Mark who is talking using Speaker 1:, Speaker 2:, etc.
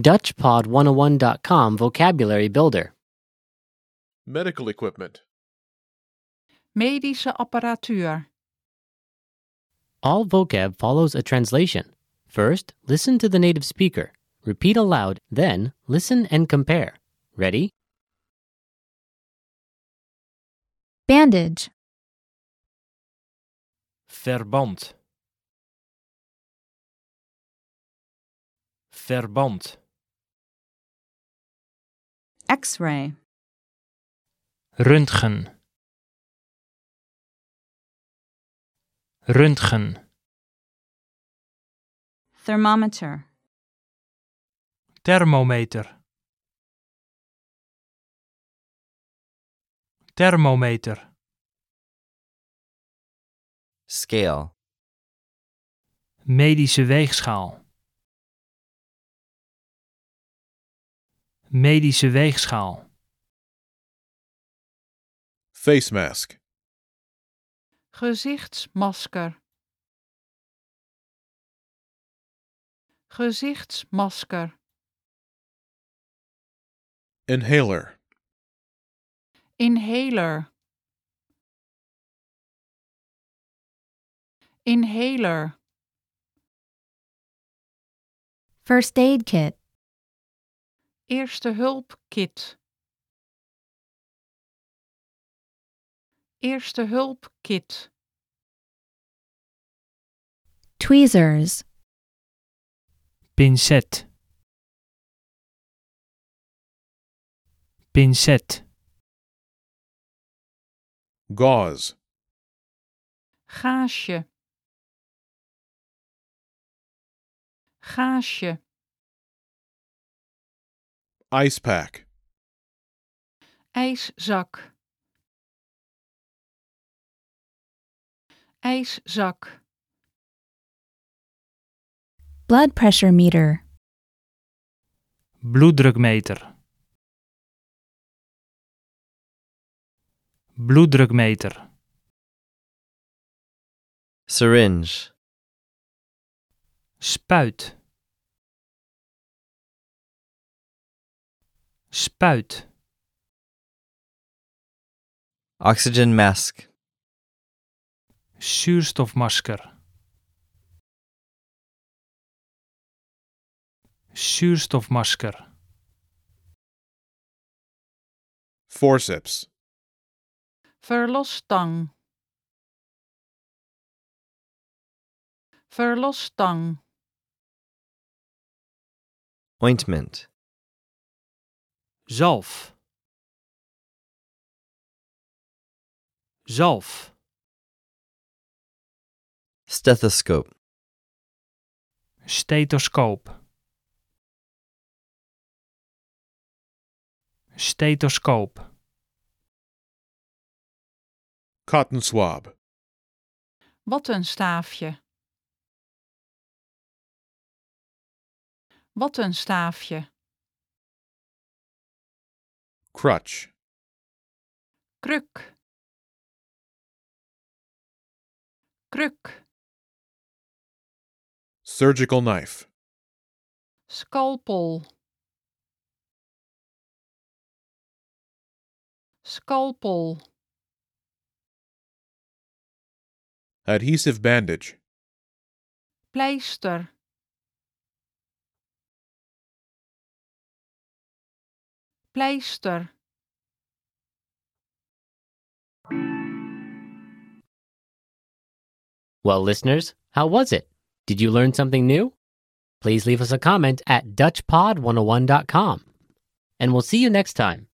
Speaker 1: DutchPod101.com Vocabulary Builder.
Speaker 2: Medical equipment.
Speaker 3: Medische apparatuur.
Speaker 1: All vocab follows a translation. First, listen to the native speaker. Repeat aloud, then, listen and compare. Ready?
Speaker 4: Bandage.
Speaker 5: Verband. Verband.
Speaker 6: X-ray,
Speaker 5: Röntgen. Röntgen.
Speaker 6: thermometer,
Speaker 5: Thermometer. Thermometer.
Speaker 7: scale,
Speaker 5: Medische weegschaal. Medische weegschaal.
Speaker 2: Face mask.
Speaker 3: Gezichtsmasker. Gezichtsmasker.
Speaker 2: Inhaler.
Speaker 3: Inhaler. Inhaler.
Speaker 4: First aid kit.
Speaker 3: Eerste hulpkit. Eerste hulpkit.
Speaker 4: Tweezers.
Speaker 5: Pincet. Pincet.
Speaker 2: Gauze.
Speaker 3: Gaasje. Gaasje.
Speaker 2: Ice pack.
Speaker 3: IJszak. IJszak.
Speaker 4: Blood pressure meter.
Speaker 5: Bloeddrukmeter. Bloeddrukmeter.
Speaker 7: syringe,
Speaker 5: Spuit. Spuit.
Speaker 7: oxygen mask,
Speaker 5: Zuurstofmasker. Zuurstofmasker.
Speaker 2: Forceps.
Speaker 3: Verlostang. Verlostang.
Speaker 7: ointment,
Speaker 5: Zalf. Zalf.
Speaker 7: stethoscope,
Speaker 5: Stethoscoop. Stethoscoop.
Speaker 2: Cotton swab.
Speaker 3: Wat een staafje. Wat een staafje.
Speaker 2: Crutch.
Speaker 3: Kruk. Kruk.
Speaker 2: Surgical knife.
Speaker 3: Scalpel. Scalpel.
Speaker 2: Adhesive bandage.
Speaker 3: Pleister. Pleister.
Speaker 1: Well, listeners, how was it? Did you learn something new? oh Please leave us a comment at DutchPod101.com. And we'll see you next time.